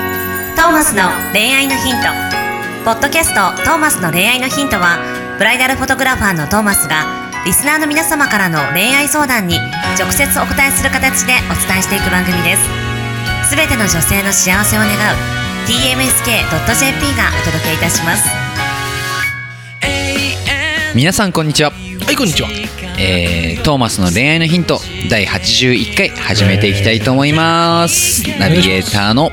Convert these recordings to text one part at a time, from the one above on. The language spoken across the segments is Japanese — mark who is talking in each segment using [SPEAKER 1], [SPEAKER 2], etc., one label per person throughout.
[SPEAKER 1] ーマスの恋愛のヒント」ポッドキャスト「トーマスの恋愛のヒントは」ブライダルフォトグラファーのトーマスがリスナーの皆様からの恋愛相談に直接お答えする形でお伝えしていく番組ですすべての女性の幸せを願う tmsk.jp がお届けいたします
[SPEAKER 2] 皆さんこんにちは、
[SPEAKER 3] はいこんにちは
[SPEAKER 2] えー、トーマスの恋愛のヒント第81回始めていきたいと思いますナビゲーターの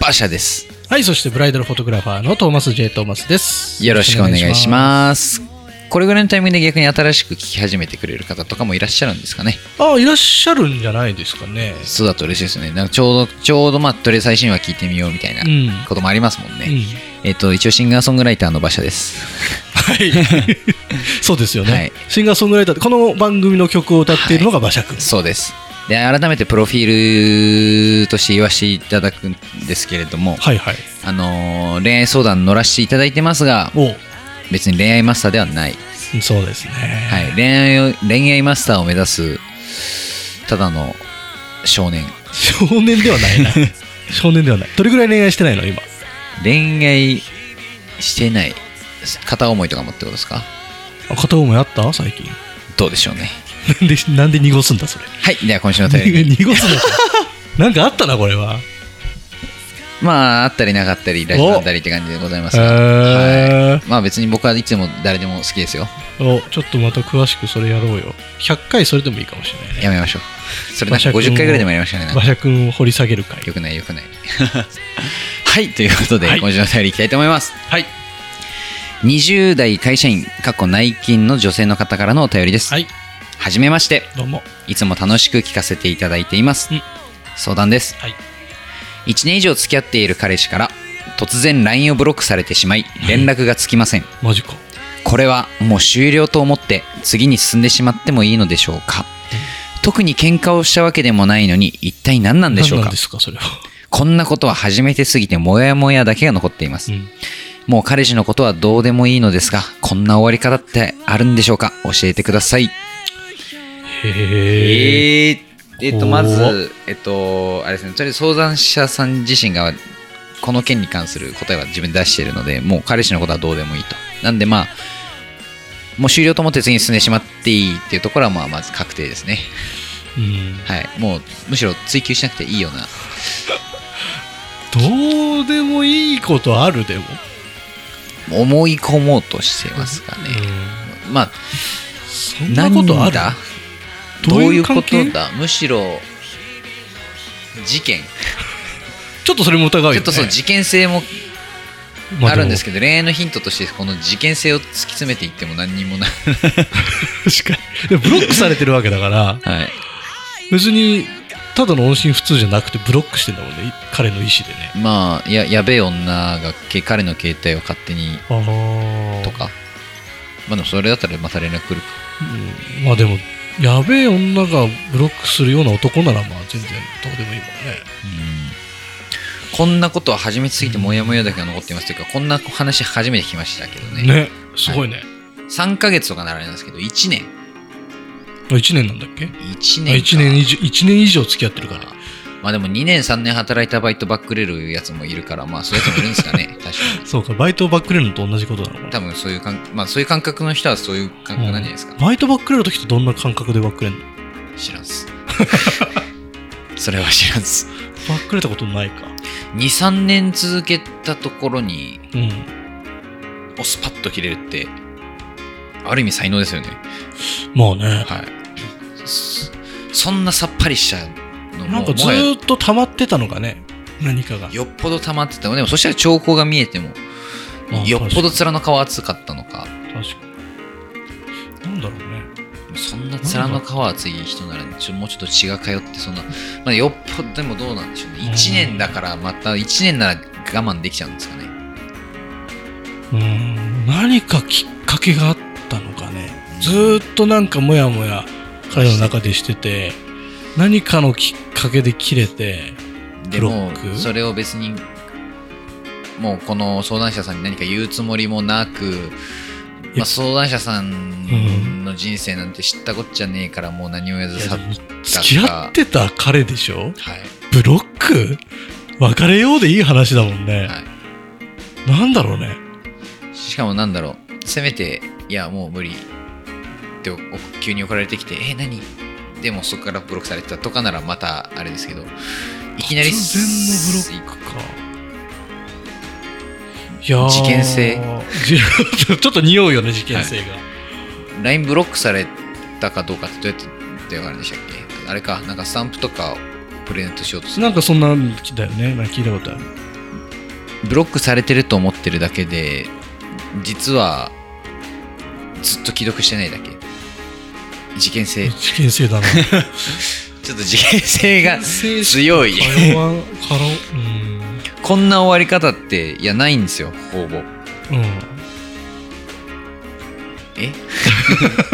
[SPEAKER 2] 馬車です
[SPEAKER 3] はいそしてブライダルフォトグラファーのトーマス J トーマスです
[SPEAKER 2] よろしくお願いしますこれぐらいのタイミングで逆に新しく聞き始めてくれる方とかもいらっしゃるんですかね
[SPEAKER 3] すあいらっしゃるんじゃないですかね
[SPEAKER 2] そうだと嬉しいですよねなんかちょうどちょうどまあとりあえず最新話聞いてみようみたいな
[SPEAKER 3] うん
[SPEAKER 2] こともありますもんね、
[SPEAKER 3] うん
[SPEAKER 2] えっ、と一応シンガーソングライターの馬車です
[SPEAKER 3] はい、そうですよね、
[SPEAKER 2] はい
[SPEAKER 3] シンガーソングライターってこの番組の曲を歌っているのが馬車君、
[SPEAKER 2] そうですで改めてプロフィールとして言わせていただくんですけれども、
[SPEAKER 3] はいはい
[SPEAKER 2] あのー恋愛相談乗らせていただいてますが
[SPEAKER 3] お
[SPEAKER 2] 別に恋愛マスターではない、
[SPEAKER 3] うそうですね、
[SPEAKER 2] はい、恋愛を恋愛マスターを目指すただの少年
[SPEAKER 3] 少年ではな いな少年ではないどれぐらい恋愛してないの今
[SPEAKER 2] 恋愛してない片思いとかもってことですか
[SPEAKER 3] あ片思いあった最近
[SPEAKER 2] どうでしょうね
[SPEAKER 3] なんでなんで濁すんだそれ
[SPEAKER 2] はいでは今週のお便 りに
[SPEAKER 3] 濁す のかなんかあったなこれは
[SPEAKER 2] まああったりなかったりラジオだったりって感じでございますが、
[SPEAKER 3] へー
[SPEAKER 2] はい、まあ別に僕はいつでも誰でも好きですよ
[SPEAKER 3] おちょっとまた詳しくそれやろうよ100回それでもいいかもしれないね
[SPEAKER 2] やめましょうそれなんか
[SPEAKER 3] 馬車
[SPEAKER 2] 50
[SPEAKER 3] 君を
[SPEAKER 2] 回ぐらいでもやりましたねなん
[SPEAKER 3] 馬
[SPEAKER 2] か
[SPEAKER 3] 車君を掘り下げる回
[SPEAKER 2] よくないよくない はいということで、
[SPEAKER 3] はい
[SPEAKER 2] 今週のお便りいきたいと思います
[SPEAKER 3] はい
[SPEAKER 2] 20代会社員かっこ内勤の女性の方からのお便りです、
[SPEAKER 3] はい
[SPEAKER 2] はじめまして
[SPEAKER 3] どうも
[SPEAKER 2] いつも楽しく聞かせていただいています、
[SPEAKER 3] うん
[SPEAKER 2] 相談です
[SPEAKER 3] はい
[SPEAKER 2] 1年以上付き合っている彼氏から突然 LINE をブロックされてしまい連絡がつきません
[SPEAKER 3] マジか
[SPEAKER 2] これはもう終了と思って次に進んでしまってもいいのでしょうか特に喧嘩をしたわけでもないのに一体何なんでしょう
[SPEAKER 3] 何な
[SPEAKER 2] か
[SPEAKER 3] んですか それは
[SPEAKER 2] こんなことは初めてすぎてモヤモヤだけが残っています、
[SPEAKER 3] うん
[SPEAKER 2] もう彼氏のことはどうでもいいのですがこんな終わり方ってあるんでしょうか教えてください
[SPEAKER 3] へえ
[SPEAKER 2] えー、えっと、ま
[SPEAKER 3] お
[SPEAKER 2] ず、えっと、あれですね、とりあえず相談者さん自身が、この件に関する答えは自分で出しているので、もう彼氏のことはどうでもいいと。なんで、まあ、もう終了と思って次に進んでしまっていいっていうところは、まあ、まず確定ですね。
[SPEAKER 3] うん
[SPEAKER 2] はい。もう、むしろ追求しなくていいような。
[SPEAKER 3] どうでもいいことあるでも
[SPEAKER 2] 思い込もうとしてますかね。まあ、
[SPEAKER 3] そんな
[SPEAKER 2] 何
[SPEAKER 3] ことある
[SPEAKER 2] だど
[SPEAKER 3] ど
[SPEAKER 2] う
[SPEAKER 3] う
[SPEAKER 2] い
[SPEAKER 3] いう
[SPEAKER 2] うこ
[SPEAKER 3] 関係
[SPEAKER 2] とだむしろ、事件。
[SPEAKER 3] ちょっとそれも疑
[SPEAKER 2] ち
[SPEAKER 3] うよね
[SPEAKER 2] ょっとそう、事件性も
[SPEAKER 3] ま
[SPEAKER 2] あるんです
[SPEAKER 3] け
[SPEAKER 2] けど恋愛のヒントとしてこの事件性を突き詰めていっても何にもない
[SPEAKER 3] ど確かにでもブロックされてるわけだから
[SPEAKER 2] はい
[SPEAKER 3] 別にただの音信不通じゃなくてブロックしてんだもんねい彼の意思でね
[SPEAKER 2] まあややべえ女がけ彼の携帯を勝手に
[SPEAKER 3] ああ
[SPEAKER 2] とかまあでもそれだったらまた連絡来るか
[SPEAKER 3] うんまあでもやべえ女がブロックするような男ならまあ全然どうでもいいもんね
[SPEAKER 2] うんこんなことは初めてすぎてモヤモヤだけが残っていますというかこんな話初めて聞きましたけどね
[SPEAKER 3] ねすごいね、
[SPEAKER 2] 3ヶ月とかならあれなんですけど1年
[SPEAKER 3] あ1年なんだっけ
[SPEAKER 2] 1
[SPEAKER 3] 1
[SPEAKER 2] 年か
[SPEAKER 3] 年 ,1 年以上一年以上付き合ってるから
[SPEAKER 2] まあでも2年3年働いたバイトバックれるやつもいるからまあそういうやつもいるんですか ね確かに
[SPEAKER 3] そうかバイトをバックれるのと同じことなのか
[SPEAKER 2] 多分そういう感まあそういう感覚の人はそういう感覚なんじゃないですか
[SPEAKER 3] なバイトバックれる時ってどんな感覚でバックれるの
[SPEAKER 2] 知らんっす それは知らんっす
[SPEAKER 3] バックれたことないか
[SPEAKER 2] 23年続けたところに
[SPEAKER 3] うん
[SPEAKER 2] おスパッと切れるってある意味才能ですよね
[SPEAKER 3] まあね
[SPEAKER 2] はいそそんなさっぱりしちゃうのも
[SPEAKER 3] なんかず
[SPEAKER 2] もはや
[SPEAKER 3] ーっと溜まってたのがね何かが
[SPEAKER 2] よっぽど溜まってたでもそしたら兆候が見えても
[SPEAKER 3] まあ
[SPEAKER 2] よっぽど
[SPEAKER 3] 確
[SPEAKER 2] 面の皮厚かったのか
[SPEAKER 3] かに確かになんだろうね
[SPEAKER 2] そんな面の皮厚い人ならちょもうちょっと血が通ってそんな、まあ、よっぽどでもどうなんでしょうね1年だからまた1年なら我慢できちゃうんですかね
[SPEAKER 3] うーん何かきっかけがあったのかねずーっとなんかモヤモヤ彼の中でしてて何かのきっかけで切れて
[SPEAKER 2] で
[SPEAKER 3] ブロ
[SPEAKER 2] も
[SPEAKER 3] ック
[SPEAKER 2] それを別にもうこの相談者さんに何か言うつもりもなく、
[SPEAKER 3] い
[SPEAKER 2] まあ、
[SPEAKER 3] や
[SPEAKER 2] 相談者さん
[SPEAKER 3] ん
[SPEAKER 2] の人生なんて知ったこっちゃねえからもう何も言わず
[SPEAKER 3] いや
[SPEAKER 2] さ、
[SPEAKER 3] でも付き合ってた彼でしょ
[SPEAKER 2] はい、
[SPEAKER 3] ブロック別れようでいい話だもんね。
[SPEAKER 2] はい
[SPEAKER 3] なんだろうね。
[SPEAKER 2] しかもなんだろうせめていやもう無理ってお急に送られてきてえ何でもそこからブロックされてたとかならまたあれですけどいきなり
[SPEAKER 3] 突然のブロックか。いやー
[SPEAKER 2] 事件性。
[SPEAKER 3] じ ちょっと匂うよね、事件性が。
[SPEAKER 2] LINE ブロックされたかどうかってどうやって分かるんでしたっけあれかなんかスタンプとかをプレゼントしようとする
[SPEAKER 3] なんかそんなんだよね。なんか聞いたことある。
[SPEAKER 2] ブロックされてると思ってるだけで実はずっと既読してないだけ事件性
[SPEAKER 3] 事件 性だな。
[SPEAKER 2] ちょっと事件性が強 い
[SPEAKER 3] 通わんからうん。
[SPEAKER 2] こんな終わり方っていやないんですよほぼ
[SPEAKER 3] うん
[SPEAKER 2] え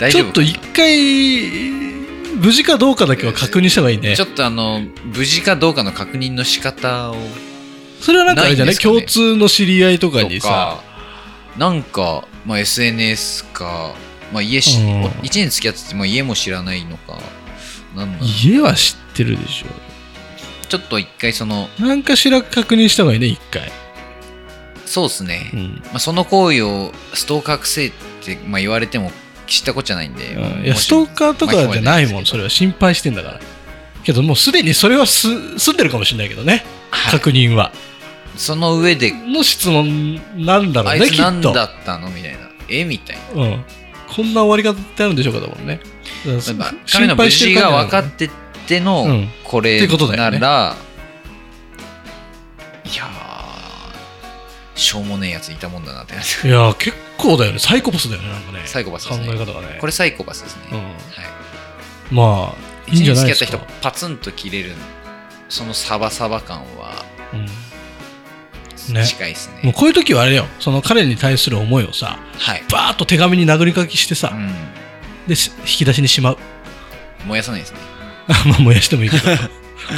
[SPEAKER 2] 大
[SPEAKER 3] ち
[SPEAKER 2] 丈
[SPEAKER 3] ょっと
[SPEAKER 2] 夫
[SPEAKER 3] 一回、無事かどうかだけは確認した方がいいね
[SPEAKER 2] ちょ。っとあの無事かどうかの確認の仕方を
[SPEAKER 3] それはなんかあれじゃない
[SPEAKER 2] ないん
[SPEAKER 3] 共
[SPEAKER 2] です
[SPEAKER 3] 通の知り合いとか
[SPEAKER 2] と
[SPEAKER 3] にさ。
[SPEAKER 2] かなんか、まあ、SNS か、まあ、家し、
[SPEAKER 3] うん
[SPEAKER 2] 1年付き合ってて、まあ、家も知らないのかなんだろう
[SPEAKER 3] 家は知ってるでし
[SPEAKER 2] ちょっと一回その
[SPEAKER 3] ょ。なんかしら確認した方がいいね、一回。
[SPEAKER 2] そうですね、
[SPEAKER 3] うん。
[SPEAKER 2] まあ、その行為をストーカーくせえって、まあ、言われても知ったことじゃないんで、
[SPEAKER 3] いや、
[SPEAKER 2] もし
[SPEAKER 3] ストーカーとかじゃないも
[SPEAKER 2] 巻
[SPEAKER 3] ん、
[SPEAKER 2] き
[SPEAKER 3] そ
[SPEAKER 2] 込ま
[SPEAKER 3] れ
[SPEAKER 2] れ
[SPEAKER 3] は心配してんだから。けどもうすでにそれはす済んでるかもしれないけどね、
[SPEAKER 2] はい
[SPEAKER 3] 確認は。
[SPEAKER 2] その上で
[SPEAKER 3] の質問なんだろ
[SPEAKER 2] あ
[SPEAKER 3] う
[SPEAKER 2] い
[SPEAKER 3] ね、
[SPEAKER 2] つ
[SPEAKER 3] きっ
[SPEAKER 2] 何
[SPEAKER 3] と。
[SPEAKER 2] だったのみたいなえみたいな
[SPEAKER 3] うん。こんな終わり方ってあるんでしょうか、だもんね。だから
[SPEAKER 2] まあ彼の無事が分かっ
[SPEAKER 3] 心配してる感じなのね
[SPEAKER 2] てての
[SPEAKER 3] うん
[SPEAKER 2] こ
[SPEAKER 3] っ
[SPEAKER 2] れ
[SPEAKER 3] てことだ
[SPEAKER 2] な
[SPEAKER 3] よね
[SPEAKER 2] ら、いやーしょうもねえやついたもんだなって感じ
[SPEAKER 3] いやー、結構だよね、サイコパスだよね、なんかね。
[SPEAKER 2] サイコパスで
[SPEAKER 3] 考
[SPEAKER 2] す
[SPEAKER 3] え
[SPEAKER 2] ね
[SPEAKER 3] 方がね。
[SPEAKER 2] これサイコパスですね、
[SPEAKER 3] う
[SPEAKER 2] はい
[SPEAKER 3] ん、まあ、いいん
[SPEAKER 2] 一
[SPEAKER 3] じゃない
[SPEAKER 2] 年付
[SPEAKER 3] です
[SPEAKER 2] き合
[SPEAKER 3] か
[SPEAKER 2] った。人パツンと切れるそのサバサバ感は
[SPEAKER 3] ね
[SPEAKER 2] 近いですね
[SPEAKER 3] うんもうこういう時はあれだよ、その彼に対する思いをさ、
[SPEAKER 2] はい、
[SPEAKER 3] バーッと手紙に殴り書きしてさ、
[SPEAKER 2] う
[SPEAKER 3] で、し引き出しにしまう。
[SPEAKER 2] ん、燃やさないですね
[SPEAKER 3] あまあ燃やしても いいけど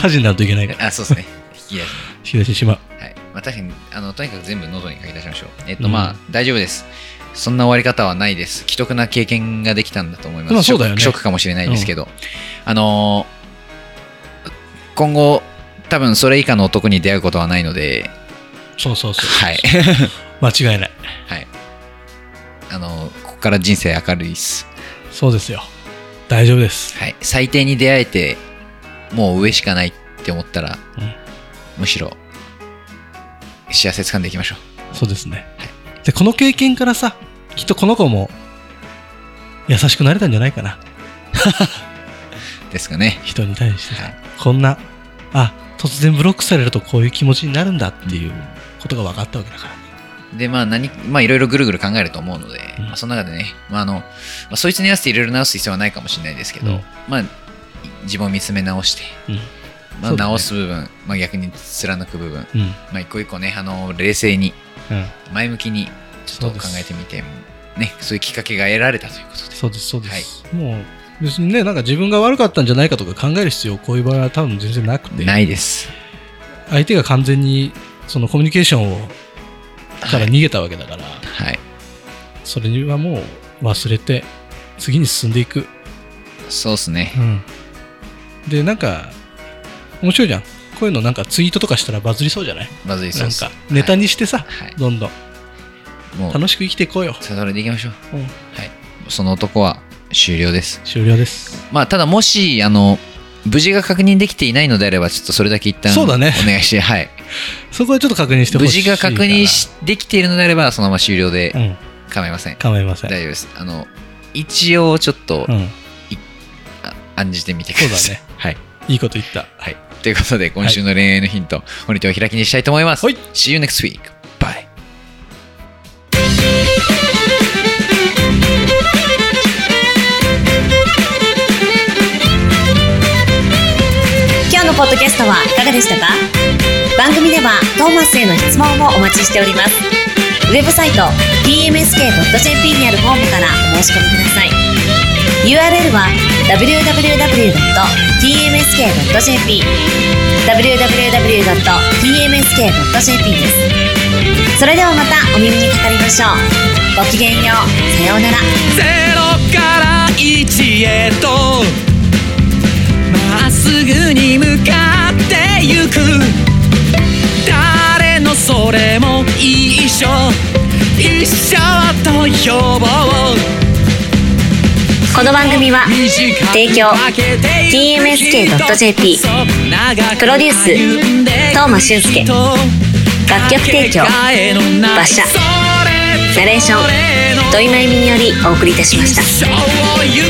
[SPEAKER 3] 火事になるといけないから
[SPEAKER 2] あそうですね引き出し
[SPEAKER 3] 引き出してしまう
[SPEAKER 2] はいまあ、確かにあのとにかく全部喉に書き出しましょうえっと、
[SPEAKER 3] うん
[SPEAKER 2] まあ大丈夫ですそんな終わり方はないです既得な経験ができたんだと思います、
[SPEAKER 3] まあそうだよね
[SPEAKER 2] ショックショックかもしれないですけど、あのー今後多分それ以下の男に出会うことはないので
[SPEAKER 3] そうそうそう
[SPEAKER 2] はい
[SPEAKER 3] 間違いない
[SPEAKER 2] はいあのーここから人生明るいっす
[SPEAKER 3] そうですよ大丈夫です
[SPEAKER 2] はい最低に出会えてもう上しかないって思ったら、
[SPEAKER 3] うん
[SPEAKER 2] むしろ幸せ掴んでいきましょう
[SPEAKER 3] そうですねでこの経験からさきっとこの子も優しくなれたんじゃないかな
[SPEAKER 2] ですか ね
[SPEAKER 3] 人に対して
[SPEAKER 2] は
[SPEAKER 3] さ
[SPEAKER 2] い
[SPEAKER 3] こんなあ突然ブロックされるとこういう気持ちになるんだっていうことが分かったわけだから
[SPEAKER 2] で、まあ、何、まあ、いろいろぐるぐる考えると思うので、
[SPEAKER 3] うん
[SPEAKER 2] まあ、その中でね、まあ、あの、まあ、そいつに合わせていろいろ直す必要はないかもしれないですけど、
[SPEAKER 3] うん
[SPEAKER 2] まあ、自分を見つめ直して、
[SPEAKER 3] うん
[SPEAKER 2] ま
[SPEAKER 3] そ
[SPEAKER 2] あ、
[SPEAKER 3] うだね
[SPEAKER 2] 直す部分、まあ、逆に貫く部分、
[SPEAKER 3] うん
[SPEAKER 2] まあ、一個一個ね、あの、冷静に、
[SPEAKER 3] うん
[SPEAKER 2] 前向きに、ちょっと考えてみて、ね、そういうきっかけが得られたということで。
[SPEAKER 3] そうですそうです、もう別にねなんか自分が悪かったんじゃないかとか考える必要こういう場合は多分全然なくて
[SPEAKER 2] ないです。
[SPEAKER 3] 相手が完全にそのコミュニケーションをから逃げたわけだから、
[SPEAKER 2] はい。
[SPEAKER 3] それにはもう忘れて次に進んでいく、
[SPEAKER 2] そうですね。
[SPEAKER 3] でなんか面白いじゃんこういうのなんかツイートとかしたらバズりそうじゃない
[SPEAKER 2] まずいそ
[SPEAKER 3] な
[SPEAKER 2] うんです
[SPEAKER 3] か。ネタ
[SPEAKER 2] に、
[SPEAKER 3] にしてさ、
[SPEAKER 2] はい。
[SPEAKER 3] どんどん
[SPEAKER 2] もう、
[SPEAKER 3] 楽しく生きていこうよ、
[SPEAKER 2] それでいきましょう。
[SPEAKER 3] うん
[SPEAKER 2] はい。その男は終了です。
[SPEAKER 3] 終了です
[SPEAKER 2] まあ、ただもし、あの、無事が確認できていないのであれば、ちょっとそれだけ一旦、
[SPEAKER 3] そうだね
[SPEAKER 2] お願いして、はい。
[SPEAKER 3] そこはちょっと確認してほ
[SPEAKER 2] 無
[SPEAKER 3] し
[SPEAKER 2] 事
[SPEAKER 3] いか
[SPEAKER 2] が
[SPEAKER 3] ら
[SPEAKER 2] 確認しできているのであれば、そのまま終了
[SPEAKER 3] う
[SPEAKER 2] で
[SPEAKER 3] ん
[SPEAKER 2] 構いません。
[SPEAKER 3] 構いません、
[SPEAKER 2] 大丈夫です。あの、一応、ちょっと、
[SPEAKER 3] うん、
[SPEAKER 2] あ案じてみてください。
[SPEAKER 3] そうだね。
[SPEAKER 2] はい。
[SPEAKER 3] いいこと言った
[SPEAKER 2] はい。ということで、今週の恋愛のヒント、本日は開きにしたいと思います。
[SPEAKER 3] はい
[SPEAKER 2] See you next week. Bye.
[SPEAKER 1] 「今日のポッドキャストはいかがでしたか番組ではトーマスへの質問もお待ちしておりますウェブサイト tmsk.jp にあるフォームからお申し込みください URL は www.tmsk.jp www.tmsk.jp ですそれではまたお耳にかかりましょうごきげんようさようなら
[SPEAKER 4] ゼロから一へとまっすぐに向かってゆく消防
[SPEAKER 1] この番組は提供 TMSK.jp プロデュース東間俊介楽曲提供馬車ナレーション土井真由美によりお送りいたしました
[SPEAKER 4] した